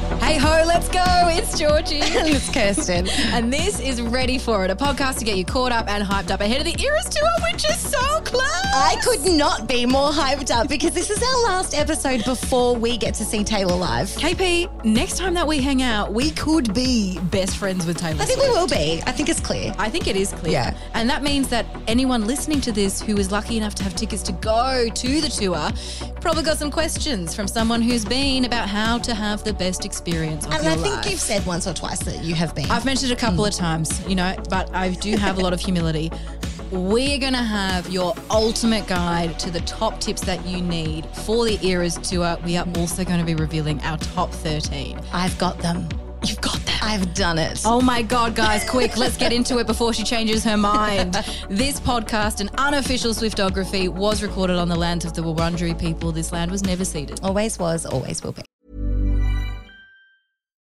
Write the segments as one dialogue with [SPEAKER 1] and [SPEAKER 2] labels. [SPEAKER 1] go, let's go. It's Georgie.
[SPEAKER 2] And it's Kirsten.
[SPEAKER 1] and this is Ready For It, a podcast to get you caught up and hyped up ahead of the Eras Tour, which is so close.
[SPEAKER 2] I could not be more hyped up because this is our last episode before we get to see Taylor live.
[SPEAKER 1] KP, next time that we hang out, we could be best friends with Taylor.
[SPEAKER 2] I think we will be. I think it's clear.
[SPEAKER 1] I think it is clear.
[SPEAKER 2] Yeah.
[SPEAKER 1] And that means that anyone listening to this who is lucky enough to have tickets to go to the tour probably got some questions from someone who's been about how to have the best experience of
[SPEAKER 2] And
[SPEAKER 1] your
[SPEAKER 2] I think
[SPEAKER 1] life.
[SPEAKER 2] you've said once or twice that you have been.
[SPEAKER 1] I've mentioned it a couple of times, you know, but I do have a lot of humility. We're going to have your ultimate guide to the top tips that you need for the Eras Tour. We are also going to be revealing our top 13.
[SPEAKER 2] I've got them.
[SPEAKER 1] You've got that.
[SPEAKER 2] I've done it.
[SPEAKER 1] Oh my God, guys, quick, let's get into it before she changes her mind. This podcast, an unofficial Swiftography, was recorded on the lands of the Wurundjeri people. This land was never ceded.
[SPEAKER 2] Always was, always will be.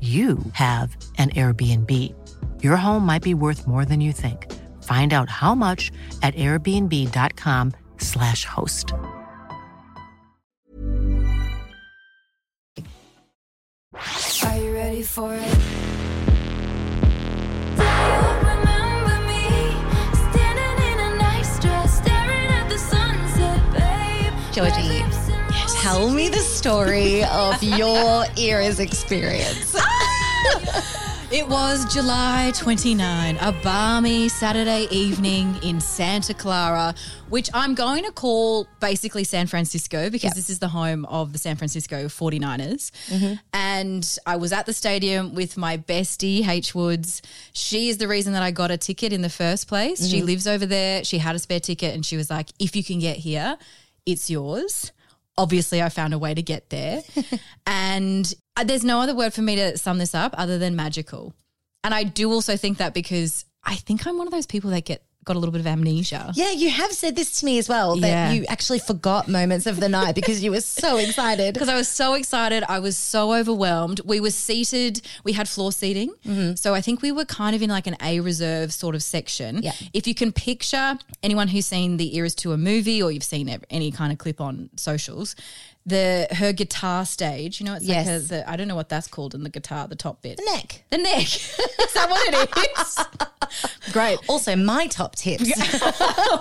[SPEAKER 3] you have an Airbnb. Your home might be worth more than you think. Find out how much at airbnb.com/slash host.
[SPEAKER 4] Are you ready for it? Georgie,
[SPEAKER 2] Tell me the story of your era's experience.
[SPEAKER 1] It was July 29, a balmy Saturday evening in Santa Clara, which I'm going to call basically San Francisco because this is the home of the San Francisco 49ers. And I was at the stadium with my bestie, H Woods. She is the reason that I got a ticket in the first place. She lives over there. She had a spare ticket and she was like, if you can get here, it's yours obviously I found a way to get there. and uh, there's no other word for me to sum this up other than magical. And I do also think that because I think I'm one of those people that get got a little bit of amnesia.
[SPEAKER 2] Yeah, you have said this to me as well that
[SPEAKER 1] Yeah.
[SPEAKER 2] you actually forgot moments of the night because you were so excited.
[SPEAKER 1] Because I was so excited. I was so overwhelmed. We were seated, we had floor seating.
[SPEAKER 2] Mm-hmm.
[SPEAKER 1] So I think we were kind of in like an A reserve sort of section.
[SPEAKER 2] Yeah.
[SPEAKER 1] If you can picture anyone who's seen the Eras Tour movie or you've seen ev- any kind of clip on socials, the her guitar stage, you know, it's like
[SPEAKER 2] Yes.
[SPEAKER 1] a, the, I don't know what that's called in the guitar, the top bit.
[SPEAKER 2] Neck.
[SPEAKER 1] The neck. is that what it is? Great.
[SPEAKER 2] Also, my top tips.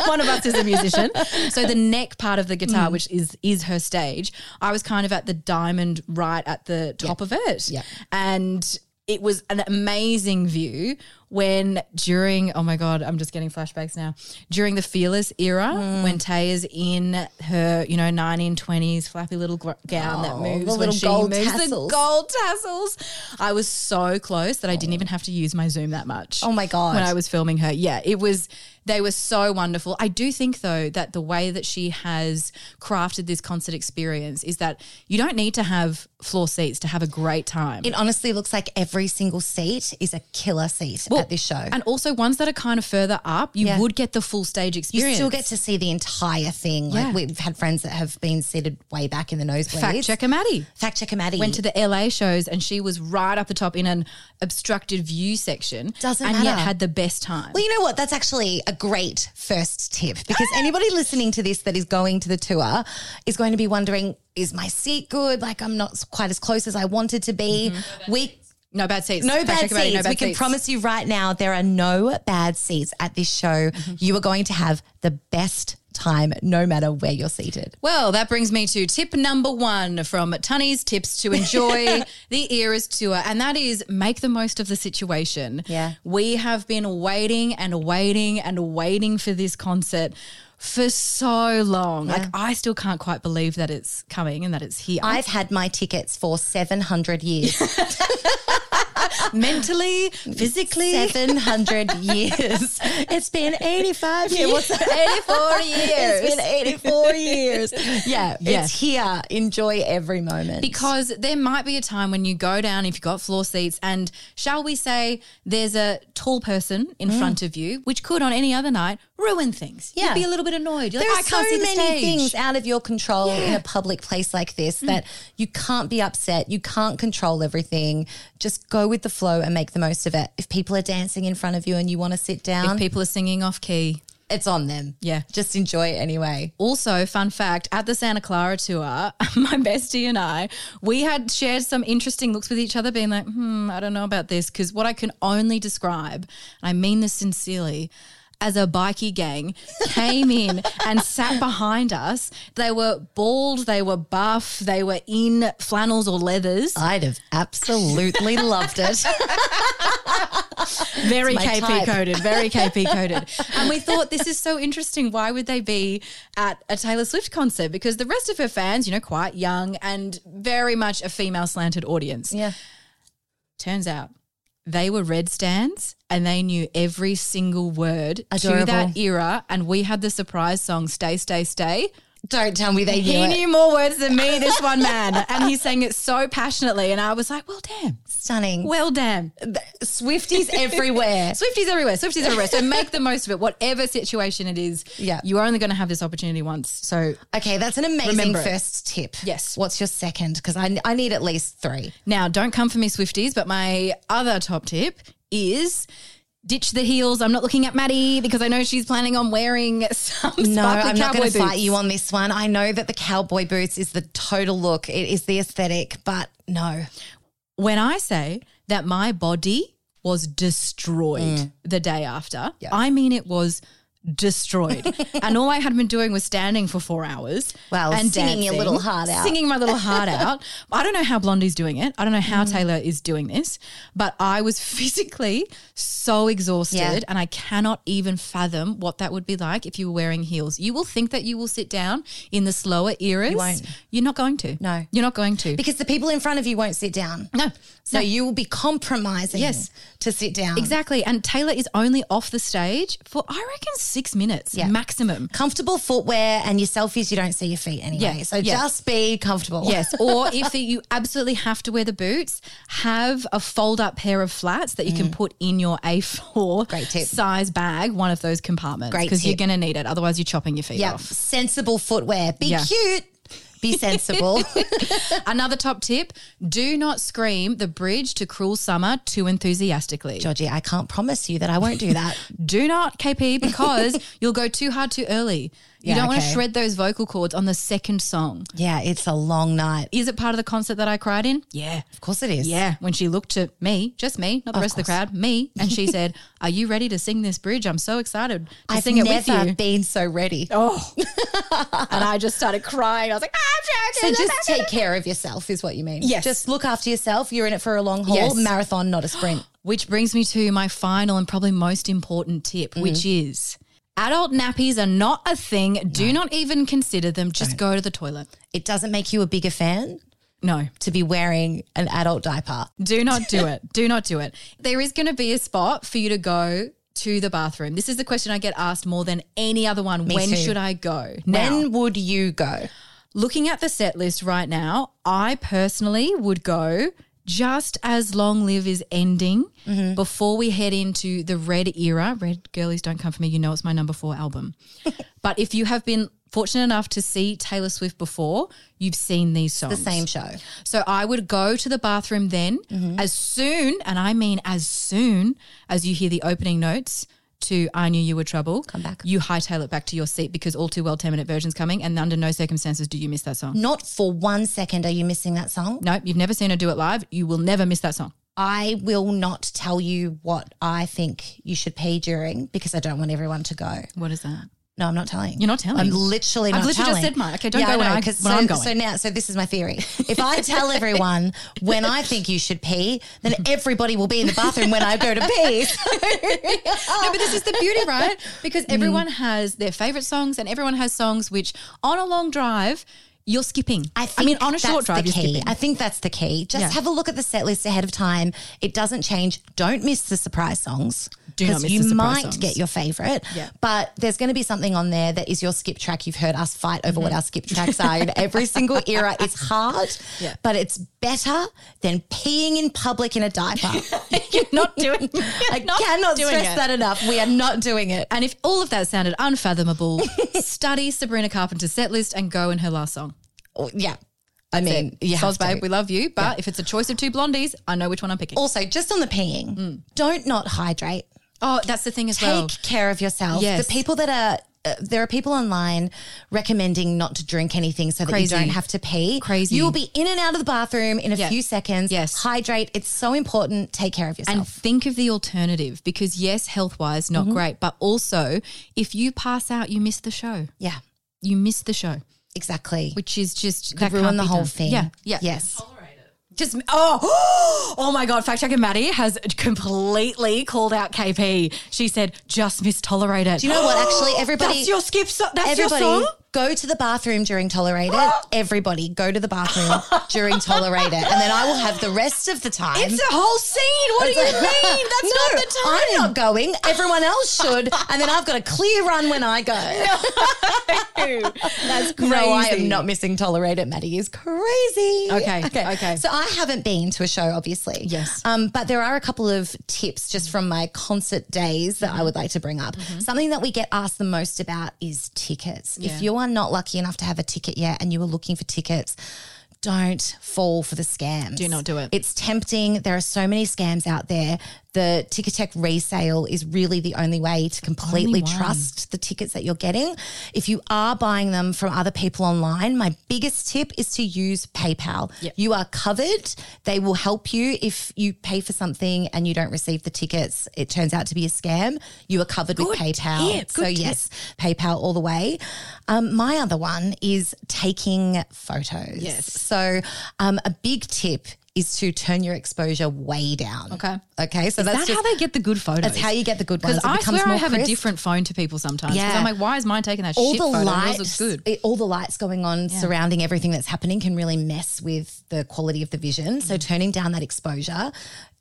[SPEAKER 1] One of us is a musician. So the neck part of the
[SPEAKER 2] Mm.
[SPEAKER 1] guitar, which is is her stage, I was kind of at the diamond right at the top of it.
[SPEAKER 2] Yeah.
[SPEAKER 1] And it was an amazing view when during oh my god I'm just getting flashbacks now during the fearless era
[SPEAKER 2] Mm.
[SPEAKER 1] when Tay is in her you know 1920s flappy little gr- gown that
[SPEAKER 2] Oh,
[SPEAKER 1] moves
[SPEAKER 2] the
[SPEAKER 1] when
[SPEAKER 2] little
[SPEAKER 1] she
[SPEAKER 2] gold
[SPEAKER 1] moves
[SPEAKER 2] tassels.
[SPEAKER 1] the gold tassels I was so close that I didn't even have to use my zoom that much
[SPEAKER 2] Oh my God.
[SPEAKER 1] when I was filming her yeah it was They were so wonderful. I do think, though, that the way that she has crafted this concert experience is that you don't need to have floor seats to have a great time.
[SPEAKER 2] It honestly looks like every single seat is a killer seat
[SPEAKER 1] Well,
[SPEAKER 2] at this show.
[SPEAKER 1] And also ones that are kind of further up, you
[SPEAKER 2] Yeah.
[SPEAKER 1] would get the full stage
[SPEAKER 2] you
[SPEAKER 1] experience.
[SPEAKER 2] still get to see the entire thing. Like
[SPEAKER 1] Yeah.
[SPEAKER 2] we've had friends that have been seated way back in the nosebleeds.
[SPEAKER 1] fact checker Maddie.
[SPEAKER 2] Fact checker Maddie.
[SPEAKER 1] Went to the LA shows and she was right up the top in an obstructed view section.
[SPEAKER 2] Doesn't
[SPEAKER 1] and yet
[SPEAKER 2] matter.
[SPEAKER 1] had the best time.
[SPEAKER 2] Well, you know what? That's actually a great first tip because anybody listening to this that is going to the tour is going to be wondering, is my seat good? Like, I'm not quite as close as I wanted to be. We.
[SPEAKER 1] Mm-hmm. no bad seats.
[SPEAKER 2] No
[SPEAKER 1] Fact
[SPEAKER 2] bad
[SPEAKER 1] checker Maddie,
[SPEAKER 2] seats.
[SPEAKER 1] no bad
[SPEAKER 2] we can
[SPEAKER 1] seats.
[SPEAKER 2] promise you right now there are no bad seats at this show.
[SPEAKER 1] Mm-hmm.
[SPEAKER 2] You are going to have the best time no matter where you're seated.
[SPEAKER 1] Well, that brings me to tip number one from Tunny's tips to enjoy the Eras tour, and that is make the most of the situation.
[SPEAKER 2] Yeah.
[SPEAKER 1] We have been waiting and waiting and waiting for this concert for so long. Like, I still can't quite believe that it's coming and that it's here.
[SPEAKER 2] I've had my tickets for 700 years.
[SPEAKER 1] mentally, physically,
[SPEAKER 2] 700 years. It's been 85 years. What's that?
[SPEAKER 1] 84
[SPEAKER 2] It's
[SPEAKER 1] years.
[SPEAKER 2] been 84 years. Yeah,
[SPEAKER 1] Yeah.
[SPEAKER 2] it's here. Enjoy every moment.
[SPEAKER 1] Because there might be a time when you go down if you've got floor seats, and shall we say, there's a tall person in
[SPEAKER 2] Mm.
[SPEAKER 1] front of you, which could on any other night ruin things.
[SPEAKER 2] Yeah.
[SPEAKER 1] You'd be a little bit annoyed. You're
[SPEAKER 2] there
[SPEAKER 1] like,
[SPEAKER 2] are
[SPEAKER 1] I can't
[SPEAKER 2] so
[SPEAKER 1] see the
[SPEAKER 2] many
[SPEAKER 1] stage.
[SPEAKER 2] things out of your control in a public place like this that you can't be upset. You can't control everything. Just go with the flow and make the most of it. If people are dancing in front of you and you want to sit down,
[SPEAKER 1] If people are singing off key.
[SPEAKER 2] it's on them.
[SPEAKER 1] Yeah.
[SPEAKER 2] Just enjoy it anyway.
[SPEAKER 1] Also, fun fact at the Santa Clara tour, my bestie and I, we had shared some interesting looks with each other, being like, hmm, I don't know about this. Because what I can only describe, and I mean this sincerely, as a bikey gang came in and sat behind us. They were bald, they were buff, they were in flannels or leathers.
[SPEAKER 2] I'd have absolutely loved it.
[SPEAKER 1] Very
[SPEAKER 2] my
[SPEAKER 1] KP
[SPEAKER 2] type.
[SPEAKER 1] coded, very KP coded. And we thought this is so interesting. Why would they be at a Taylor Swift concert? Because the rest of her fans, you know, quite young and very much a female slanted audience.
[SPEAKER 2] Yeah.
[SPEAKER 1] Turns out they were red stands and they knew every single word to
[SPEAKER 2] Adorable.
[SPEAKER 1] that era. And we had the surprise song Stay, Stay, Stay.
[SPEAKER 2] Don't tell me they knew
[SPEAKER 1] He
[SPEAKER 2] it.
[SPEAKER 1] knew more words than me, this one man. and he sang it so passionately. And I was like, well, damn.
[SPEAKER 2] Stunning.
[SPEAKER 1] Well, damn.
[SPEAKER 2] Swifties everywhere.
[SPEAKER 1] Swifties everywhere. Swifties everywhere. So make the most of it, whatever situation it is.
[SPEAKER 2] Yeah.
[SPEAKER 1] you are only going to have this opportunity once. So
[SPEAKER 2] Okay, that's an amazing
[SPEAKER 1] Remember it.
[SPEAKER 2] first tip.
[SPEAKER 1] Yes.
[SPEAKER 2] What's your second? Because I, I need at least three.
[SPEAKER 1] now, don't come for me, Swifties. But my other top tip is. Ditch the heels. I'm not looking at Maddie because I know she's planning on wearing some sparkly
[SPEAKER 2] No, I'm not
[SPEAKER 1] cowboy
[SPEAKER 2] going
[SPEAKER 1] boots.
[SPEAKER 2] to fight you on this one. I know that the cowboy boots is the total look, it is the aesthetic, but no.
[SPEAKER 1] when I say that my body was destroyed
[SPEAKER 2] Mm.
[SPEAKER 1] the day after, I mean it was destroyed. and all I had been doing was standing for four hours.
[SPEAKER 2] Wow,
[SPEAKER 1] and
[SPEAKER 2] singing your little heart out.
[SPEAKER 1] Singing my little heart out. I don't know how Blondie's doing it. I don't know how
[SPEAKER 2] Mm.
[SPEAKER 1] Taylor is doing this, but I was physically so exhausted
[SPEAKER 2] Yeah.
[SPEAKER 1] and I cannot even fathom what that would be like if you were wearing heels. You will think that you will sit down in the slower eras. You
[SPEAKER 2] won't.
[SPEAKER 1] You're not going to.
[SPEAKER 2] No.
[SPEAKER 1] You're not going to.
[SPEAKER 2] Because the people in front of you won't sit down.
[SPEAKER 1] no.
[SPEAKER 2] So you will be compromising
[SPEAKER 1] Yes.
[SPEAKER 2] to sit down.
[SPEAKER 1] Exactly. And Taylor is only off the stage for, I reckon, six minutes
[SPEAKER 2] Yeah.
[SPEAKER 1] maximum.
[SPEAKER 2] Comfortable footwear and your selfies, you don't see your feet anyway.
[SPEAKER 1] Yeah,
[SPEAKER 2] So
[SPEAKER 1] yeah.
[SPEAKER 2] just be comfortable.
[SPEAKER 1] Yes. Or if you absolutely have to wear the boots, have a fold up pair of flats that you can put in your A4
[SPEAKER 2] Mm. Great tip.
[SPEAKER 1] size bag, one of those compartments.
[SPEAKER 2] Great
[SPEAKER 1] Because you're
[SPEAKER 2] tip.
[SPEAKER 1] going to need it. Otherwise, you're chopping your feet
[SPEAKER 2] Yeah.
[SPEAKER 1] off.
[SPEAKER 2] Sensible footwear. Be
[SPEAKER 1] Yeah.
[SPEAKER 2] cute. Be sensible.
[SPEAKER 1] Another top tip do not scream the bridge to Cruel Summer too enthusiastically.
[SPEAKER 2] Georgie, I can't promise you that I won't do that.
[SPEAKER 1] Do not KP because you'll go too hard too early. You
[SPEAKER 2] Yeah,
[SPEAKER 1] don't want to
[SPEAKER 2] okay.
[SPEAKER 1] shred those vocal cords on the second song.
[SPEAKER 2] Yeah, it's a long night.
[SPEAKER 1] Is it part of the concert that I cried in? Yeah.
[SPEAKER 2] Of course it is.
[SPEAKER 1] Yeah. When she looked at me, just me, not the rest of the crowd, me, and she said, Are you ready to sing this bridge? I'm so excited to
[SPEAKER 2] I've
[SPEAKER 1] sing it with
[SPEAKER 2] never
[SPEAKER 1] you.
[SPEAKER 2] been so ready.
[SPEAKER 1] oh. and I just started crying. I was like, I'm
[SPEAKER 2] So
[SPEAKER 1] joking.
[SPEAKER 2] just take care of yourself is what you mean.
[SPEAKER 1] Yes.
[SPEAKER 2] Just look after yourself. You're in it for a long haul.
[SPEAKER 1] Yes.
[SPEAKER 2] Marathon, not a sprint.
[SPEAKER 1] Which brings me to my final and probably most important tip,
[SPEAKER 2] Mm-hmm.
[SPEAKER 1] which is adult nappies are not a thing. Do not even consider them. Just go to the toilet.
[SPEAKER 2] it doesn't make you a bigger fan
[SPEAKER 1] No.
[SPEAKER 2] to be wearing an adult diaper.
[SPEAKER 1] Do not do it. Do not do it. There is going to be a spot for you to go to the bathroom? This is the question I get asked more than any other one.
[SPEAKER 2] Me
[SPEAKER 1] when
[SPEAKER 2] too.
[SPEAKER 1] should I go? Now,
[SPEAKER 2] When would you go?
[SPEAKER 1] looking at the set list right now, I personally would go just as Long Live is ending
[SPEAKER 2] Mm-hmm.
[SPEAKER 1] before we head into the Red era. Red Girlies Don't Come For Me, you know it's my number four album. but if you have been fortunate enough to see Taylor Swift before, you've seen these
[SPEAKER 2] The
[SPEAKER 1] songs.
[SPEAKER 2] same show.
[SPEAKER 1] So I would go to the bathroom then
[SPEAKER 2] Mm-hmm.
[SPEAKER 1] as soon, and I mean as soon as you hear the opening notes to I Knew You Were Trouble. Come
[SPEAKER 2] back.
[SPEAKER 1] You hightail it back to your seat because All Too Well 10 minute version's coming, and under no circumstances do you miss that song.
[SPEAKER 2] Not for one second are you missing that song.
[SPEAKER 1] No, you've never seen her do it live. You will never miss that song.
[SPEAKER 2] I will not tell you what I think you should pee during because I don't want everyone to go.
[SPEAKER 1] What is that?
[SPEAKER 2] No, I'm not telling.
[SPEAKER 1] You're not telling.
[SPEAKER 2] I'm literally
[SPEAKER 1] I've
[SPEAKER 2] not
[SPEAKER 1] literally just
[SPEAKER 2] telling.
[SPEAKER 1] said mine. Okay, don't
[SPEAKER 2] yeah,
[SPEAKER 1] go
[SPEAKER 2] I
[SPEAKER 1] when
[SPEAKER 2] know,
[SPEAKER 1] I-
[SPEAKER 2] 'cause
[SPEAKER 1] when
[SPEAKER 2] so,
[SPEAKER 1] I'm going.
[SPEAKER 2] So now, so this is my theory. If I tell everyone when I think you should pee, then everybody will be in the bathroom when I go to pee.
[SPEAKER 1] no, but this is the beauty, right? Because
[SPEAKER 2] Mm.
[SPEAKER 1] everyone has their favorite songs, and everyone has songs which, on a long drive, you're skipping. mean, on a short
[SPEAKER 2] that's
[SPEAKER 1] drive,
[SPEAKER 2] the
[SPEAKER 1] you're
[SPEAKER 2] key.
[SPEAKER 1] skipping.
[SPEAKER 2] I think that's the key. Just
[SPEAKER 1] Yeah.
[SPEAKER 2] have a look at the set list ahead of time. It doesn't change. Don't miss the surprise songs.
[SPEAKER 1] Do not
[SPEAKER 2] 'cause
[SPEAKER 1] miss
[SPEAKER 2] you
[SPEAKER 1] the surprise
[SPEAKER 2] might
[SPEAKER 1] songs.
[SPEAKER 2] get your favorite,
[SPEAKER 1] Yeah.
[SPEAKER 2] but there's going to be something on there that is your skip track. You've heard us fight over what our skip tracks are in every single era. It's hard,
[SPEAKER 1] Yeah.
[SPEAKER 2] but it's better than peeing in public in a diaper.
[SPEAKER 1] You're not doing. You're
[SPEAKER 2] I
[SPEAKER 1] not
[SPEAKER 2] cannot
[SPEAKER 1] doing
[SPEAKER 2] stress
[SPEAKER 1] it.
[SPEAKER 2] that enough. We are not doing it.
[SPEAKER 1] And if all of that sounded unfathomable, study Sabrina Carpenter's set list and go in her last song.
[SPEAKER 2] Oh, yeah. I mean, yeah.
[SPEAKER 1] Soz babe, we love you, but if it's a choice of two blondies, I know which one I'm picking.
[SPEAKER 2] also, just on the peeing,
[SPEAKER 1] Mm.
[SPEAKER 2] don't not hydrate.
[SPEAKER 1] Oh, that's the thing as
[SPEAKER 2] take
[SPEAKER 1] well.
[SPEAKER 2] care of yourself.
[SPEAKER 1] Yes.
[SPEAKER 2] The people that are uh, there are people online recommending not to drink anything so that
[SPEAKER 1] Crazy.
[SPEAKER 2] you don't have to pee.
[SPEAKER 1] Crazy.
[SPEAKER 2] You'll be in and out of the bathroom in a
[SPEAKER 1] Yeah.
[SPEAKER 2] few seconds.
[SPEAKER 1] Yes.
[SPEAKER 2] Hydrate. It's so important. Take care of
[SPEAKER 1] And
[SPEAKER 2] yourself.
[SPEAKER 1] think of the alternative because yes, health wise,
[SPEAKER 2] Mm-hmm.
[SPEAKER 1] not great, but also if you pass out, you miss the show.
[SPEAKER 2] yeah.
[SPEAKER 1] You miss the show,
[SPEAKER 2] Exactly.
[SPEAKER 1] which is just
[SPEAKER 2] could
[SPEAKER 1] that
[SPEAKER 2] ruin
[SPEAKER 1] can't
[SPEAKER 2] the
[SPEAKER 1] be
[SPEAKER 2] whole
[SPEAKER 1] done.
[SPEAKER 2] thing.
[SPEAKER 1] Yeah, yeah,
[SPEAKER 2] Yes.
[SPEAKER 1] Just oh, oh my god! Fact checker Maddie has completely called out KP. She said, "Just mistolerate it."
[SPEAKER 2] Do you know what? Actually, everybody.
[SPEAKER 1] That's your skip. So- that's
[SPEAKER 2] everybody
[SPEAKER 1] your song.
[SPEAKER 2] go to the bathroom during tolerate it. Everybody go to the bathroom during tolerate it, and then I will have the rest of the time.
[SPEAKER 1] It's a whole scene. What do you mean? That's not
[SPEAKER 2] no,
[SPEAKER 1] the time.
[SPEAKER 2] I'm not going. Everyone else should. And then I've got a clear run when I go. That's crazy. No, I am not missing Tolerate It. Maddie is crazy.
[SPEAKER 1] Okay, okay.
[SPEAKER 2] So I haven't been to a show, obviously.
[SPEAKER 1] Yes.
[SPEAKER 2] Um, but there are a couple of tips just from my concert days that I would like to bring up. Something that we get asked the most about is tickets.
[SPEAKER 1] Mm-hmm. Yeah.
[SPEAKER 2] If you are not lucky enough to have a ticket yet and you are looking for tickets, don't fall for the scams.
[SPEAKER 1] Do not do it.
[SPEAKER 2] It's tempting. There are so many scams out there. The Ticketek resale is really the only way to completely
[SPEAKER 1] one.
[SPEAKER 2] trust the tickets that you're getting. If you are buying them from other people online, my biggest tip is to use PayPal.
[SPEAKER 1] Yep.
[SPEAKER 2] You are covered. They will help you if you pay for something and you don't receive the tickets. It turns out to be a scam. You are covered with PayPal.
[SPEAKER 1] tip,
[SPEAKER 2] so
[SPEAKER 1] good tip.
[SPEAKER 2] yes, PayPal all the way. Um, my other one is taking photos.
[SPEAKER 1] Yes.
[SPEAKER 2] So, um, a big tip is to turn your exposure way down.
[SPEAKER 1] Okay.
[SPEAKER 2] Okay. So
[SPEAKER 1] Is
[SPEAKER 2] that's
[SPEAKER 1] that
[SPEAKER 2] just,
[SPEAKER 1] how they get the good photos?
[SPEAKER 2] that's how you get the good ones.
[SPEAKER 1] Because
[SPEAKER 2] It
[SPEAKER 1] I
[SPEAKER 2] becomes
[SPEAKER 1] swear I
[SPEAKER 2] more
[SPEAKER 1] have a
[SPEAKER 2] crisp.
[SPEAKER 1] different phone to people sometimes. Because
[SPEAKER 2] Yeah.
[SPEAKER 1] I'm like, why is mine taking that
[SPEAKER 2] all
[SPEAKER 1] shit
[SPEAKER 2] the
[SPEAKER 1] photo? Yours
[SPEAKER 2] lights,
[SPEAKER 1] looks good.
[SPEAKER 2] it- all the lights going on surrounding everything that's happening can really mess with the quality of the vision.
[SPEAKER 1] Mm.
[SPEAKER 2] So turning down that exposure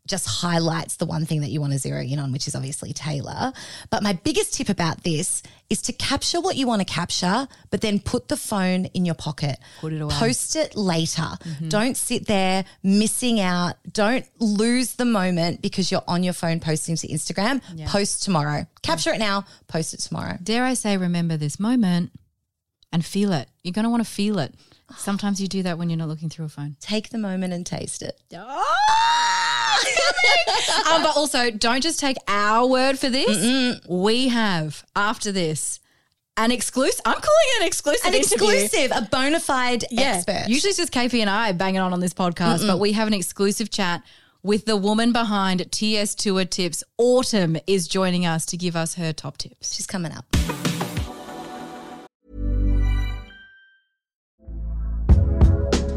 [SPEAKER 2] just highlights the one thing that you want to zero in on, which is obviously Taylor. But my biggest tip about this is to capture what you want to capture, but then put the phone in your pocket. Put it away. Post it later.
[SPEAKER 1] Mm-hmm.
[SPEAKER 2] Don't sit there missing out. Don't lose the moment because you're on your phone posting to Instagram. Post tomorrow. Capture it now, post it tomorrow.
[SPEAKER 1] Dare I say, remember this moment and feel it. You're going to want to feel it. Sometimes you do that when you're not looking through a phone.
[SPEAKER 2] Take the moment and taste it. Oh!
[SPEAKER 1] um, but also, don't just take our word for this. We have, after this, an exclusive. I'm calling it an exclusive
[SPEAKER 2] an
[SPEAKER 1] interview.
[SPEAKER 2] exclusive, a bona fide expert.
[SPEAKER 1] Usually it's just KP and I banging on on this podcast, but we have an exclusive chat with the woman behind TS Tour Tips. Autumn is joining us to give us her top tips.
[SPEAKER 2] She's coming up.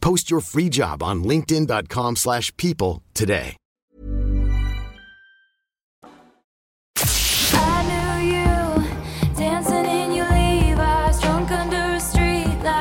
[SPEAKER 5] Post your free job on linkedin.com slash people today.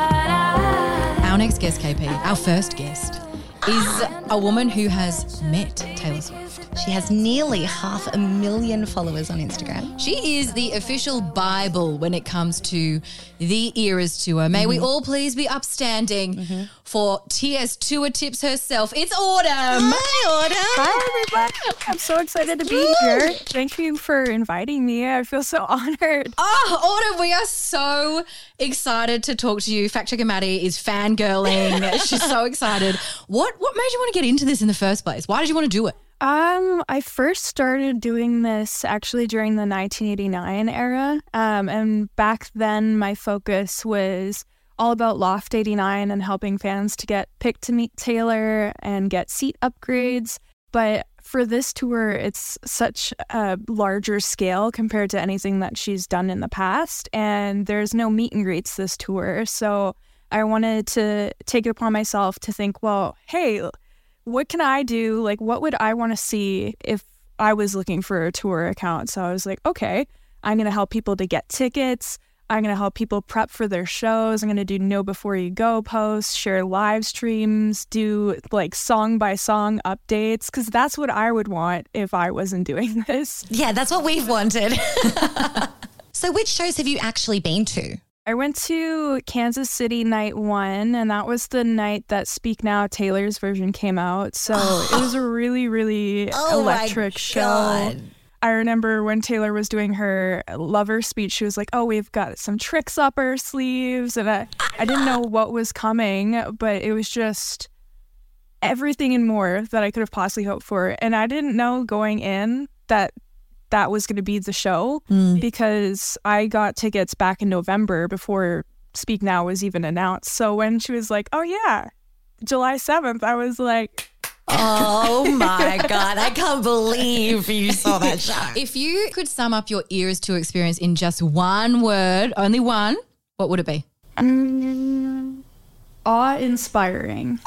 [SPEAKER 1] Our next guest, KP, our first guest, is a woman who has met Taylor Swift.
[SPEAKER 2] She has nearly half a million followers on Instagram.
[SPEAKER 1] She is the official Bible when it comes to the eras tour. May
[SPEAKER 2] Mm-hmm.
[SPEAKER 1] we all please be upstanding for TS Tour Tips herself. It's Autumn. Hi, Autumn.
[SPEAKER 6] Hi, everybody. I'm so excited to be here. Thank you for inviting me. I feel so honored.
[SPEAKER 1] Oh, Autumn, we are so excited to talk to you. Fact checker Maddie is fangirling. She's so excited. What what made you want to get into this in the first place? Why did you want to do it?
[SPEAKER 6] Um, I first started doing this actually during the 1989 era. Um, and back then, my focus was all about Loft 89 and helping fans to get picked to meet Taylor and get seat upgrades. But for this tour, it's such a larger scale compared to anything that she's done in the past. And there's no meet and greets this tour. So I wanted to take it upon myself to think, well, hey, what can I do? Like, what would I want to see if I was looking for a tour account? So I was like, okay, I'm going to help people to get tickets. I'm going to help people prep for their shows. I'm going to do know before you go posts, share live streams, do like song by song updates, because that's what I would want if I wasn't doing this.
[SPEAKER 2] Yeah, that's what we've wanted. so, which shows have you actually been to?
[SPEAKER 6] I went to Kansas City night one, and that was the night that Speak Now Taylor's version came out. So it was a really, really
[SPEAKER 2] Oh my
[SPEAKER 6] electric show.
[SPEAKER 2] God.
[SPEAKER 6] I remember when Taylor was doing her lover speech, she was like, Oh, we've got some tricks up our sleeves. And I, I didn't know what was coming, but it was just everything and more that I could have possibly hoped for. And I didn't know going in that that was going to be the show because I got tickets back in November before Speak Now was even announced. So when she was like, "Oh yeah, July 7th," I was like,
[SPEAKER 2] Oh my God. I can't believe you saw that show.
[SPEAKER 1] If you could sum up your eras tour experience in just one word, only one, what would it be?
[SPEAKER 6] "Mm, awe-inspiring.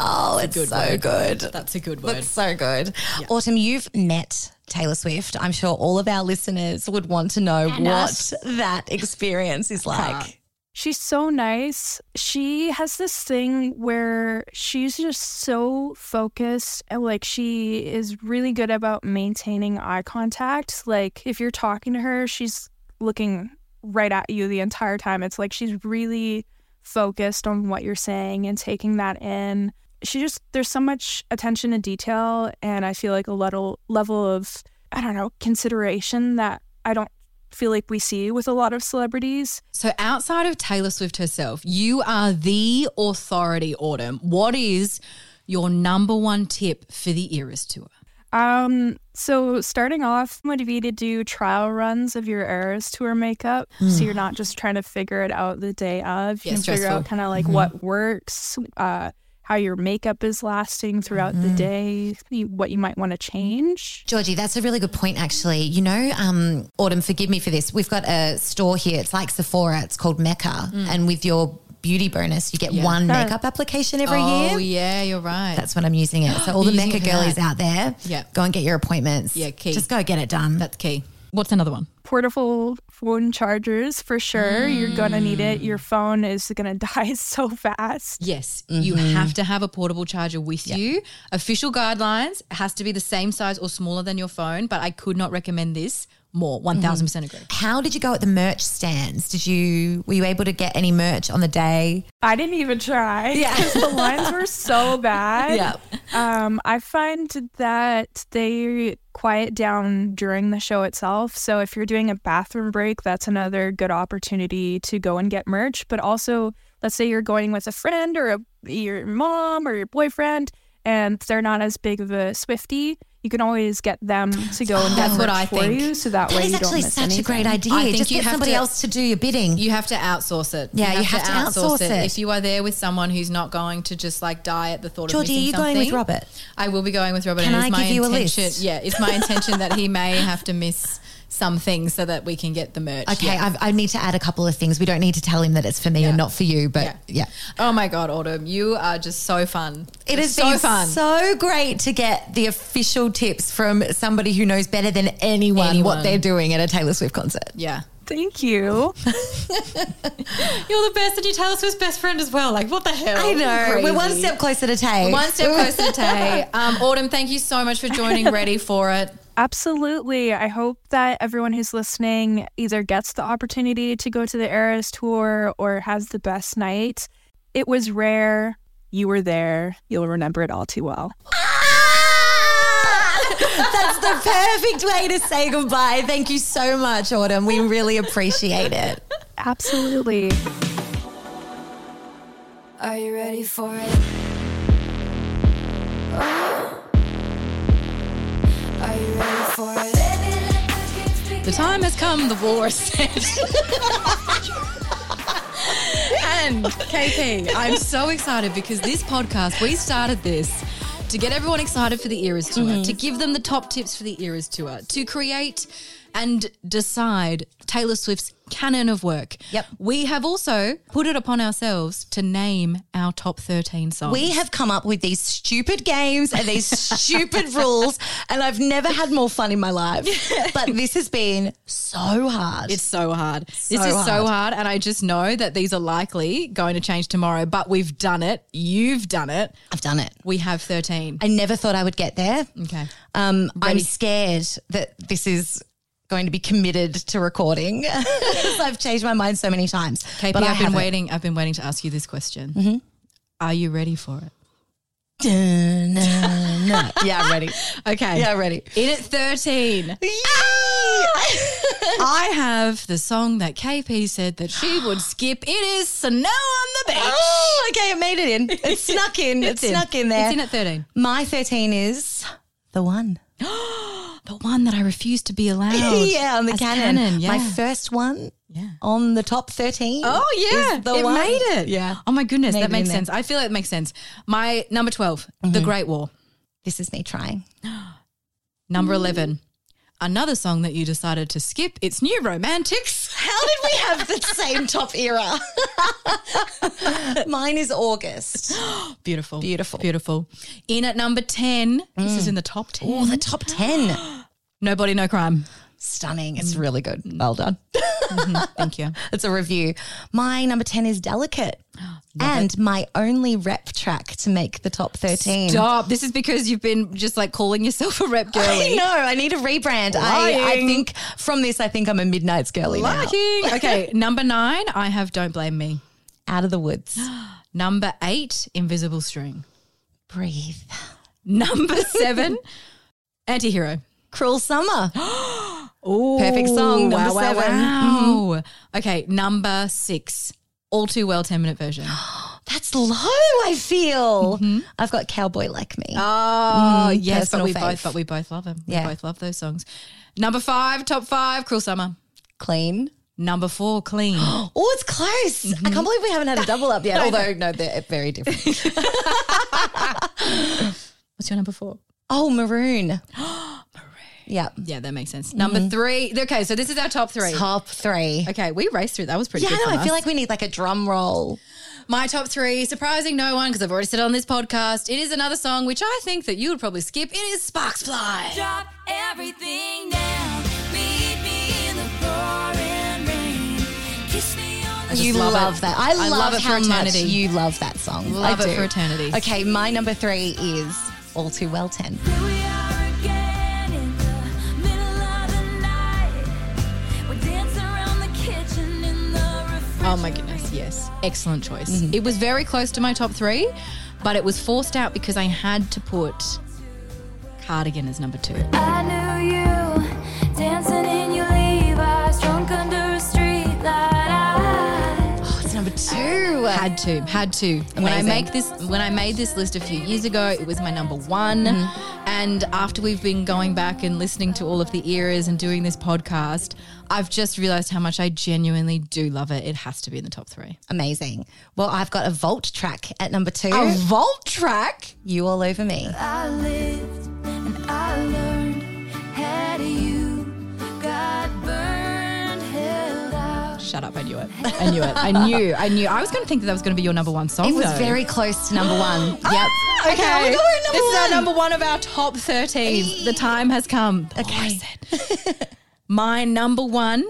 [SPEAKER 2] Oh, it's so good.
[SPEAKER 1] That's a good
[SPEAKER 2] That's so good. Autumn, you've met Taylor Swift. I'm sure all of our listeners would want to know what that experience is like.
[SPEAKER 6] She's so nice. She has this thing where she's just so focused and like she is really good about maintaining eye contact. Like if you're talking to her, she's looking right at you the entire time. It's like she's really focused on what you're saying and taking that in. She just there's so much attention to detail and I feel like a little level of I don't know, consideration that I don't feel like we see with a lot of celebrities.
[SPEAKER 1] So, outside of Taylor Swift herself, you are the authority, Autumn. What is your number one tip for the Eras tour?
[SPEAKER 6] Um, so starting off would be to do trial runs of your Eras tour makeup. So you're not just trying to figure it out the day of. You
[SPEAKER 1] Yeah,
[SPEAKER 6] can figure
[SPEAKER 1] stressful.
[SPEAKER 6] out kind of like
[SPEAKER 1] Mhm.
[SPEAKER 6] what works, uh, how your makeup is lasting throughout the day, you- what you might want to change.
[SPEAKER 2] Georgie, that's a really good point, actually. You know, um, Autumn, forgive me for this. We've got a store here. It's like Sephora. It's called Mecca. And with your beauty bonus, you get
[SPEAKER 1] Mm. Yeah.
[SPEAKER 2] one
[SPEAKER 6] Yeah.
[SPEAKER 2] makeup application every
[SPEAKER 1] oh,
[SPEAKER 2] year.
[SPEAKER 1] yeah, you're right.
[SPEAKER 2] That's when I'm using it. So all the
[SPEAKER 1] You're using
[SPEAKER 2] Mecca
[SPEAKER 1] it for
[SPEAKER 2] girlies
[SPEAKER 1] that.
[SPEAKER 2] out there,
[SPEAKER 1] Yeah.
[SPEAKER 2] go and get your appointments.
[SPEAKER 1] Yeah, key.
[SPEAKER 2] Just go get it done.
[SPEAKER 1] That's key. What's another one?
[SPEAKER 6] Portable phone chargers for sure. You're gonna need it.
[SPEAKER 1] Mm.
[SPEAKER 6] Your phone is gonna die so fast.
[SPEAKER 1] Yes, you have to have a portable charger with you. Official guidelines it has to be the same size or smaller than your phone, but I could not recommend this more. 1000% percent agree.
[SPEAKER 2] How did you go at the merch stands? Did you were you able to get any merch on the day?
[SPEAKER 6] I didn't even try. Yeah, the lines were so bad. Um, I find that they quiet down during the show itself. So if you're doing a bathroom break, that's another good opportunity to go and get merch. But also, let's say you're going with a friend or a, your mom or your boyfriend, and they're not as big of a Swifty. You can always get them to go and get
[SPEAKER 1] That's what
[SPEAKER 6] merch
[SPEAKER 1] I
[SPEAKER 6] for
[SPEAKER 1] think.
[SPEAKER 6] you, so that,
[SPEAKER 2] That
[SPEAKER 6] way
[SPEAKER 2] is
[SPEAKER 6] you don't
[SPEAKER 2] actually
[SPEAKER 6] miss
[SPEAKER 2] such a great
[SPEAKER 6] anything.
[SPEAKER 1] I
[SPEAKER 2] idea.
[SPEAKER 1] think
[SPEAKER 2] Just
[SPEAKER 1] you
[SPEAKER 2] get
[SPEAKER 1] have
[SPEAKER 2] somebody
[SPEAKER 1] to-
[SPEAKER 2] else to do your bidding.
[SPEAKER 1] You have to outsource it.
[SPEAKER 2] Yeah, you have to outsource it.
[SPEAKER 1] If you are there with someone who's not going to just like die at the thought
[SPEAKER 2] Georgie,
[SPEAKER 1] of
[SPEAKER 2] are
[SPEAKER 1] missing
[SPEAKER 2] you going with
[SPEAKER 1] something,
[SPEAKER 2] Robert?
[SPEAKER 1] I will be going with Robert.
[SPEAKER 2] Can
[SPEAKER 1] and
[SPEAKER 2] I
[SPEAKER 1] it's my
[SPEAKER 2] give you a
[SPEAKER 1] intention,
[SPEAKER 2] list?
[SPEAKER 1] Yeah, it's my intention that he may have to miss some things so that we can get the merch.
[SPEAKER 2] Okay,
[SPEAKER 1] Yeah.
[SPEAKER 2] I've, I need to add a couple of things. We don't need to tell him that it's for me and not for you, but yeah.
[SPEAKER 1] Oh my god, Autumn, you are just so fun.
[SPEAKER 2] It
[SPEAKER 1] It's
[SPEAKER 2] has
[SPEAKER 1] so
[SPEAKER 2] been
[SPEAKER 1] fun.
[SPEAKER 2] so great to get the official tips from somebody who knows better than anyone,
[SPEAKER 1] Anyone.
[SPEAKER 2] what they're doing at a Taylor Swift concert.
[SPEAKER 1] yeah.
[SPEAKER 6] Thank
[SPEAKER 1] You're
[SPEAKER 6] you.
[SPEAKER 1] the best and you're Taylor Swift's best friend as well. Like what the hell?
[SPEAKER 2] I know. We're one
[SPEAKER 1] Crazy.
[SPEAKER 2] step closer to Tay.
[SPEAKER 1] One step closer to Tay. Um, Autumn, thank you so much for joining Ready for It.
[SPEAKER 6] Absolutely. I hope that everyone who's listening either gets the opportunity to go to the Eras tour or has the best night. It was rare. You were there. You'll remember it all too well.
[SPEAKER 1] Ah!
[SPEAKER 2] That's the perfect way to say goodbye. Thank you so much, Autumn. We really appreciate it.
[SPEAKER 6] Absolutely.
[SPEAKER 4] Are you ready for it? Are you ready for it?
[SPEAKER 1] The time has come, the war is set. and KP, I'm so excited because this podcast, we started this to get everyone excited for the Eras Tour,
[SPEAKER 2] Mm-hmm.
[SPEAKER 1] to give them the top tips for the Eras Tour, to create and decide Taylor Swift's canon of work.
[SPEAKER 2] Yep.
[SPEAKER 1] We have also put it upon ourselves to name our top 13 songs.
[SPEAKER 2] We have come up with these stupid games and these stupid rules, and I've never had more fun in my life. But this has been so hard.
[SPEAKER 1] It's so hard. this is so
[SPEAKER 2] hard.
[SPEAKER 1] hard. And I just know that these are likely going to change tomorrow, but we've done it. You've done it.
[SPEAKER 2] I've done it.
[SPEAKER 1] We have 13.
[SPEAKER 2] I never thought I would get there.
[SPEAKER 1] Okay.
[SPEAKER 2] Um, I'm
[SPEAKER 1] Mm. Ready.
[SPEAKER 2] scared that this is going to be committed to recording. 'Cause I've changed my mind so many times.
[SPEAKER 1] KP,
[SPEAKER 2] But I
[SPEAKER 1] I've been
[SPEAKER 2] haven't. Mm-hmm.
[SPEAKER 1] waiting. I've been waiting to ask you this question. Are you ready for it?
[SPEAKER 2] Dun, dun, dun. yeah, I'm ready.
[SPEAKER 1] Okay.
[SPEAKER 2] Yeah, I'm ready.
[SPEAKER 1] In at 13, I have the song that KP said that she would skip. It is Snow on the Beach.
[SPEAKER 2] oh, okay, it made it in. It snuck in. It snuck in there.
[SPEAKER 1] It's in at 13.
[SPEAKER 2] My 13 is the one.
[SPEAKER 1] The one that I refuse to be allowed.
[SPEAKER 2] yeah, on the
[SPEAKER 1] as
[SPEAKER 2] canon.
[SPEAKER 1] yeah.
[SPEAKER 2] My first one
[SPEAKER 1] Yeah.
[SPEAKER 2] on the top 13.
[SPEAKER 1] Oh yeah,
[SPEAKER 2] is the
[SPEAKER 1] it
[SPEAKER 2] one.
[SPEAKER 1] made it.
[SPEAKER 2] Yeah.
[SPEAKER 1] Oh my goodness,
[SPEAKER 2] Made it
[SPEAKER 1] that makes
[SPEAKER 2] in there. Mm-hmm.
[SPEAKER 1] sense. I feel it makes sense. My number 12 The Great War.
[SPEAKER 2] This is me trying.
[SPEAKER 1] Number
[SPEAKER 2] Mm.
[SPEAKER 1] eleven, another song that you decided to skip. It's New Romantics.
[SPEAKER 2] How did we have the same top era? Mine is August.
[SPEAKER 1] Beautiful,
[SPEAKER 2] Beautiful.
[SPEAKER 1] beautiful. In at number ten, this is in the top ten.
[SPEAKER 2] Oh, the top 10.
[SPEAKER 1] Nobody, no crime.
[SPEAKER 2] Stunning. It's really good. Well done.
[SPEAKER 1] Thank you.
[SPEAKER 2] It's a review. My number 10 is Delicate. And my only rep track to make the top 13.
[SPEAKER 1] Stop. This is because you've been just like calling yourself a rep
[SPEAKER 2] I
[SPEAKER 1] girly.
[SPEAKER 2] know. I need a rebrand. I, I
[SPEAKER 1] Lying.
[SPEAKER 2] think from this, I think I'm a Midnight's girly now.
[SPEAKER 1] Lying. Okay, number nine, I have Don't Blame Me.
[SPEAKER 2] Out of the woods.
[SPEAKER 1] Number eight, Invisible String.
[SPEAKER 2] Breathe.
[SPEAKER 1] Number seven, Antihero.
[SPEAKER 2] Cruel Summer.
[SPEAKER 1] Ooh,
[SPEAKER 2] Perfect song,
[SPEAKER 1] Wow,
[SPEAKER 2] number
[SPEAKER 1] wow, Mm-hmm.
[SPEAKER 2] seven.
[SPEAKER 1] wow. Okay, number six. All too well, 10 minute version.
[SPEAKER 2] That's low, I feel. I've got Cowboy Like Me.
[SPEAKER 1] Mm-hmm. Oh
[SPEAKER 2] Mm,
[SPEAKER 1] yes, but
[SPEAKER 2] personal
[SPEAKER 1] we
[SPEAKER 2] fave.
[SPEAKER 1] both but we both love them.
[SPEAKER 2] Yeah.
[SPEAKER 1] We both love those songs. Number five, top five, Cruel Summer.
[SPEAKER 2] Clean.
[SPEAKER 1] Number four, Clean.
[SPEAKER 2] Oh, it's close.
[SPEAKER 1] Mm-hmm.
[SPEAKER 2] I can't believe we haven't had a double up yet. Although, no, they're very different.
[SPEAKER 1] What's your number four?
[SPEAKER 2] oh, Maroon. Maroon. Yeah.
[SPEAKER 1] Yeah, that makes sense. Number three. Okay, so this is our top three.
[SPEAKER 2] Top three.
[SPEAKER 1] Okay, we raced through. That was pretty
[SPEAKER 2] Yeah,
[SPEAKER 1] good.
[SPEAKER 2] no,
[SPEAKER 1] from
[SPEAKER 2] I feel
[SPEAKER 1] us.
[SPEAKER 2] like we need like a drum roll.
[SPEAKER 1] my top three, surprising no one because I've already said it on this podcast. It is another song which I think that you would probably skip. It is Sparks Fly.
[SPEAKER 4] Drop everything now. Meet me in the pouring rain. Kiss me on the
[SPEAKER 1] just
[SPEAKER 2] you
[SPEAKER 1] love
[SPEAKER 2] love,
[SPEAKER 1] it.
[SPEAKER 2] that. I,
[SPEAKER 1] I love it for
[SPEAKER 2] how much
[SPEAKER 1] eternity.
[SPEAKER 2] you love that song.
[SPEAKER 1] Love
[SPEAKER 2] I
[SPEAKER 1] it
[SPEAKER 2] do.
[SPEAKER 1] for eternity.
[SPEAKER 2] Okay, my number three is All Too Well 10.
[SPEAKER 4] Here we are again in the middle of the night. We're dancing around the kitchen in the refrigerator.
[SPEAKER 1] Oh my goodness, yes. Excellent choice. It was very close to my top three, but it was forced out because I had to put Cardigan as number two.
[SPEAKER 4] I knew you dancing in your Levi's, drunk under a streetlight. I
[SPEAKER 2] Oh, it's number two.
[SPEAKER 1] Had to, had to. When I
[SPEAKER 2] Amazing.
[SPEAKER 1] make this, when I made this list a few years ago, it was my number one.
[SPEAKER 2] Mm-hmm.
[SPEAKER 1] And after we've been going back and listening to all of the eras and doing this podcast, I've just realized how much I genuinely do love it. It has to be in the top three.
[SPEAKER 2] Amazing. Well, I've got a Vault track at number two.
[SPEAKER 1] vault track.
[SPEAKER 2] You All Over Me.
[SPEAKER 4] I lived and I learned how to you got burned, held out.
[SPEAKER 1] Shut up! I knew it. I knew it. I knew. I knew. I was going to think that that was going to be your number one song.
[SPEAKER 2] It was
[SPEAKER 1] though.
[SPEAKER 2] very close to number one. yep.
[SPEAKER 1] Okay.
[SPEAKER 2] we got it, number
[SPEAKER 1] this is our
[SPEAKER 2] one.
[SPEAKER 1] number one of our top 13. The time has come. Okay. My number one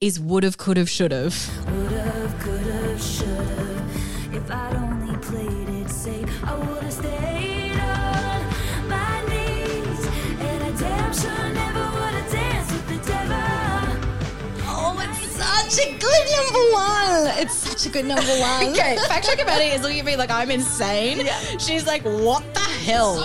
[SPEAKER 1] is would have, could have, should have.
[SPEAKER 4] Would've, could've, should've. If I'd only played it safe, I would've stayed on my knees. And I damn sure never would've danced with the devil.
[SPEAKER 2] Oh, it's such a good number one. It's such a good number one.
[SPEAKER 1] Okay, fact check about it is looking at me like I'm insane. She's like, what the hell?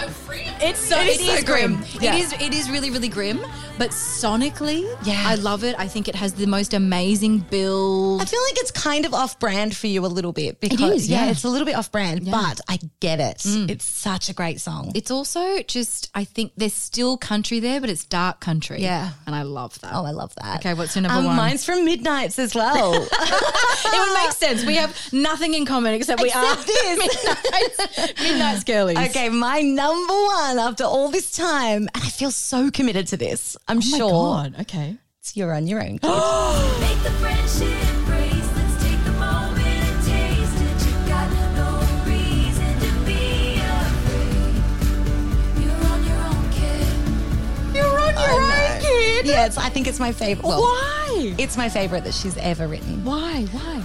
[SPEAKER 1] It's so It's so,
[SPEAKER 2] It
[SPEAKER 1] it
[SPEAKER 2] is
[SPEAKER 1] is
[SPEAKER 2] so
[SPEAKER 1] grim.
[SPEAKER 2] grim. Yeah.
[SPEAKER 1] It is it is really, really grim. But sonically,
[SPEAKER 2] Yeah.
[SPEAKER 1] I love it. I think it has the most amazing build.
[SPEAKER 2] I feel like it's kind of off brand for you a little bit because
[SPEAKER 1] is,
[SPEAKER 2] yeah.
[SPEAKER 1] yeah. Mm.
[SPEAKER 2] it's a little bit off brand, but I get it. It's such a great song.
[SPEAKER 1] It's also just, I think there's still country there, but it's dark country.
[SPEAKER 2] Yeah.
[SPEAKER 1] And I love that.
[SPEAKER 2] oh, I love that. Um,
[SPEAKER 1] Okay, what's your number one?
[SPEAKER 2] Mine's from Midnight's as well.
[SPEAKER 1] it would make sense. We have nothing in common except we are Midnight's, Midnight's girlies.
[SPEAKER 2] okay, my number one after all this time, and I feel so committed to this. I'm
[SPEAKER 1] Oh my
[SPEAKER 2] sure
[SPEAKER 1] God. Okay.
[SPEAKER 2] it's you're on your own.
[SPEAKER 4] Make the friendship brace. Let's take the moment and taste it. You got no reason to be afraid. You're on your own, kid.
[SPEAKER 2] you're on your own, kid. Yeah, it's, I think it's my favorite. Well,
[SPEAKER 1] Why?
[SPEAKER 2] It's my favorite that she's ever written.
[SPEAKER 1] Why? Why?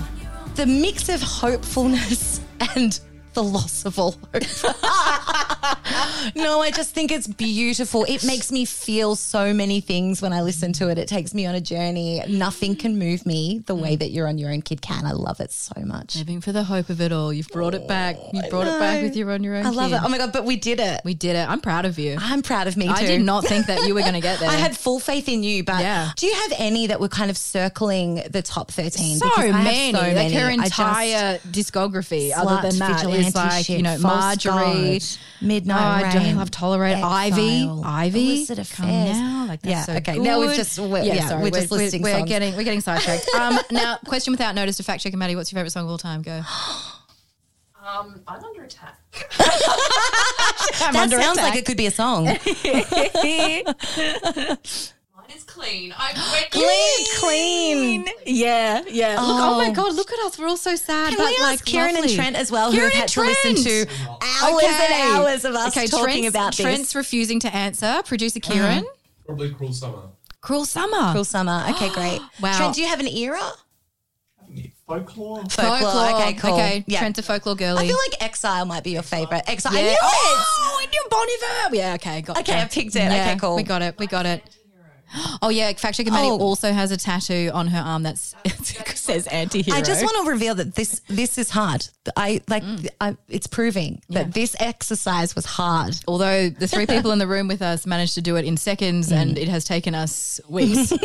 [SPEAKER 2] the mix of hopefulness and the loss of all hope. no, I just think it's beautiful. It makes me feel so many things when I listen to it. It takes me on a journey. Nothing can move me the
[SPEAKER 1] Mm.
[SPEAKER 2] way that you're on your own kid can. I love it so much.
[SPEAKER 1] Living for the hope of it all. You've brought it back. You've brought it back with your on your own.
[SPEAKER 2] Oh, I love
[SPEAKER 1] kid.
[SPEAKER 2] it. Oh my God, but we did it.
[SPEAKER 1] we did it. I'm proud of you.
[SPEAKER 2] I'm proud of me too.
[SPEAKER 1] I did not think that you were going to get there.
[SPEAKER 2] I had full faith in you, but
[SPEAKER 1] Yeah.
[SPEAKER 2] do you have any that were kind of circling the top 13?
[SPEAKER 1] so
[SPEAKER 2] Because I
[SPEAKER 1] many,
[SPEAKER 2] have
[SPEAKER 1] like
[SPEAKER 2] many.
[SPEAKER 1] her
[SPEAKER 2] I just-
[SPEAKER 1] entire discography.
[SPEAKER 2] Slut,
[SPEAKER 1] Other than that,
[SPEAKER 2] vigilante
[SPEAKER 1] is like
[SPEAKER 2] shit,
[SPEAKER 1] you know
[SPEAKER 2] false
[SPEAKER 1] Marjorie,
[SPEAKER 2] god,
[SPEAKER 1] Oh,
[SPEAKER 2] midnight
[SPEAKER 1] I
[SPEAKER 2] rain,
[SPEAKER 1] don't love tolerate
[SPEAKER 2] exile,
[SPEAKER 1] Ivy, Ivy,
[SPEAKER 2] illicit
[SPEAKER 1] come
[SPEAKER 2] affairs.
[SPEAKER 1] now, like that's
[SPEAKER 2] Yeah,
[SPEAKER 1] so
[SPEAKER 2] okay, now we've
[SPEAKER 1] good.
[SPEAKER 2] just- we're- yeah, we're just listing
[SPEAKER 1] we're
[SPEAKER 2] songs.
[SPEAKER 1] getting we're getting sidetracked. um, now, question without notice to fact check and Maddie, what's your favorite song of all time? Go.
[SPEAKER 2] That sounds like it could be a song. clean, clean.
[SPEAKER 1] Yeah, yeah. Look, oh my god, look at us. We're all so sad.
[SPEAKER 2] Can
[SPEAKER 1] but
[SPEAKER 2] we ask
[SPEAKER 1] like
[SPEAKER 2] Kieran
[SPEAKER 1] lovely.
[SPEAKER 2] and Trent as well,
[SPEAKER 1] Kieran
[SPEAKER 2] who
[SPEAKER 1] and
[SPEAKER 2] have had to listen
[SPEAKER 1] Trent.
[SPEAKER 2] to hours
[SPEAKER 1] Okay.
[SPEAKER 2] and hours of us
[SPEAKER 1] okay,
[SPEAKER 2] talking
[SPEAKER 1] Trent's,
[SPEAKER 2] about this?
[SPEAKER 1] Trent's refusing to answer. Producer Kieran.
[SPEAKER 7] Probably Cruel Summer.
[SPEAKER 1] Uh-huh. Cruel Summer.
[SPEAKER 2] Cruel summer. Okay, great.
[SPEAKER 1] Wow.
[SPEAKER 2] Trent, do you have an era?
[SPEAKER 7] Folklore.
[SPEAKER 2] Folklore. Okay, cool.
[SPEAKER 1] Okay,
[SPEAKER 2] Yeah.
[SPEAKER 1] Trent's a folklore girly.
[SPEAKER 2] I feel like Exile might be your favorite. Exile. I
[SPEAKER 1] Yeah.
[SPEAKER 2] knew it.
[SPEAKER 1] Oh, and your Bon Iver. Yeah, okay, got
[SPEAKER 2] Okay, I picked it. Okay, cool.
[SPEAKER 1] We got it. We got it. Oh yeah, fact checker Maddie
[SPEAKER 2] Oh.
[SPEAKER 1] also has a tattoo on her arm that's it says anti-hero.
[SPEAKER 2] I just want to reveal that this this is hard. I like
[SPEAKER 1] Mm.
[SPEAKER 2] I, it's proving that this exercise was hard.
[SPEAKER 1] Although the three people in the room with us managed to do it in seconds, and it has taken us weeks. Mm.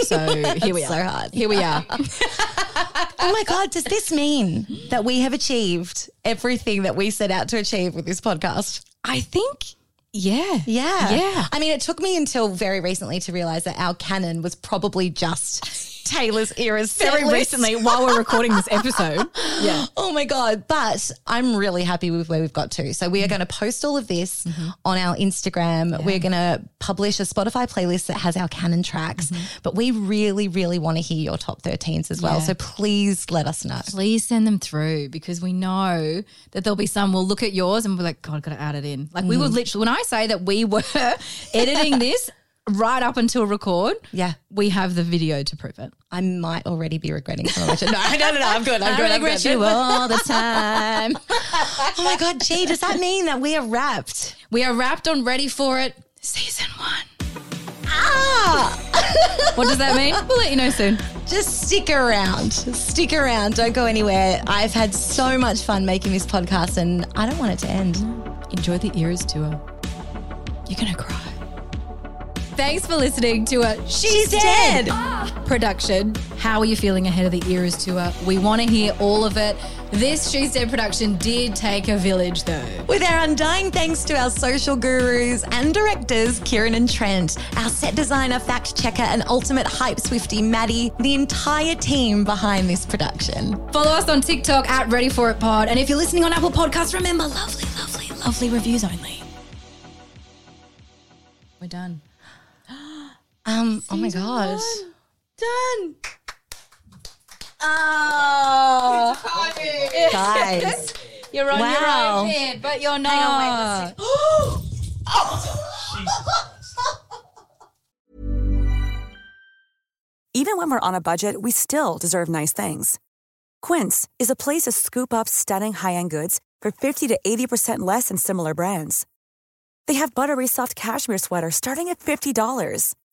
[SPEAKER 1] So here we are.
[SPEAKER 2] so hard.
[SPEAKER 1] Here we are.
[SPEAKER 2] oh my God, does this mean that we have achieved everything that we set out to achieve with this podcast?
[SPEAKER 1] I think, yeah.
[SPEAKER 2] Yeah.
[SPEAKER 1] Yeah.
[SPEAKER 2] I mean, it took me until very recently to realize that our canon was probably just Taylor's era's set
[SPEAKER 1] Very
[SPEAKER 2] list.
[SPEAKER 1] recently, while we're recording this episode. Yeah.
[SPEAKER 2] Oh my God. But I'm really happy with where we've got to. So
[SPEAKER 1] Mm-hmm.
[SPEAKER 2] we are going to post all of this on our Instagram. We're going to publish a Spotify playlist that has our canon tracks.
[SPEAKER 1] Mm-hmm.
[SPEAKER 2] But we really, really want to hear your top 13s as well. So please let us know.
[SPEAKER 1] Please send them through because we know that there'll be some will look at yours and be like, God, gotta add it in. Like
[SPEAKER 2] Mm.
[SPEAKER 1] we were literally when I say that we were editing this right up until record,
[SPEAKER 2] Yeah.
[SPEAKER 1] we have the video to prove it.
[SPEAKER 2] I might already be regretting some of it. No, no, no, no. I'm good. I'm good. I'm good.
[SPEAKER 1] all the time.
[SPEAKER 2] Oh my God, gee, does that mean that we are wrapped?
[SPEAKER 1] we are wrapped on ready for it, season one.
[SPEAKER 2] Ah!
[SPEAKER 1] What does that mean? We'll let you know soon.
[SPEAKER 2] Just stick around. Stick around. Don't go anywhere. I've had so much fun making this podcast and I don't want it to end.
[SPEAKER 1] Enjoy the Eras tour. You're gonna cry. Thanks for listening to a She's, Dead, production. How are you feeling ahead of the Eras tour? We want to hear all of it. This She's Dead production did take a village, though.
[SPEAKER 2] With our undying thanks to our social gurus and directors, Kieran and Trent, our set designer, fact checker, and ultimate hype Swifty, Maddie, the entire team behind this production.
[SPEAKER 1] Follow us on TikTok at Ready For It Pod, and if you're listening on Apple Podcasts, remember lovely, lovely, lovely reviews only. We're done.
[SPEAKER 2] Um, oh my God.
[SPEAKER 1] Done.
[SPEAKER 2] Oh, guys.
[SPEAKER 1] You're on
[SPEAKER 2] Wow.
[SPEAKER 1] your own here, but you're not.
[SPEAKER 2] Oh!
[SPEAKER 8] Even when we're on a budget, we still deserve nice things. Quince is a place to scoop up stunning high-end goods for 50 to 80% less than similar brands. They have buttery soft cashmere sweaters starting at $50,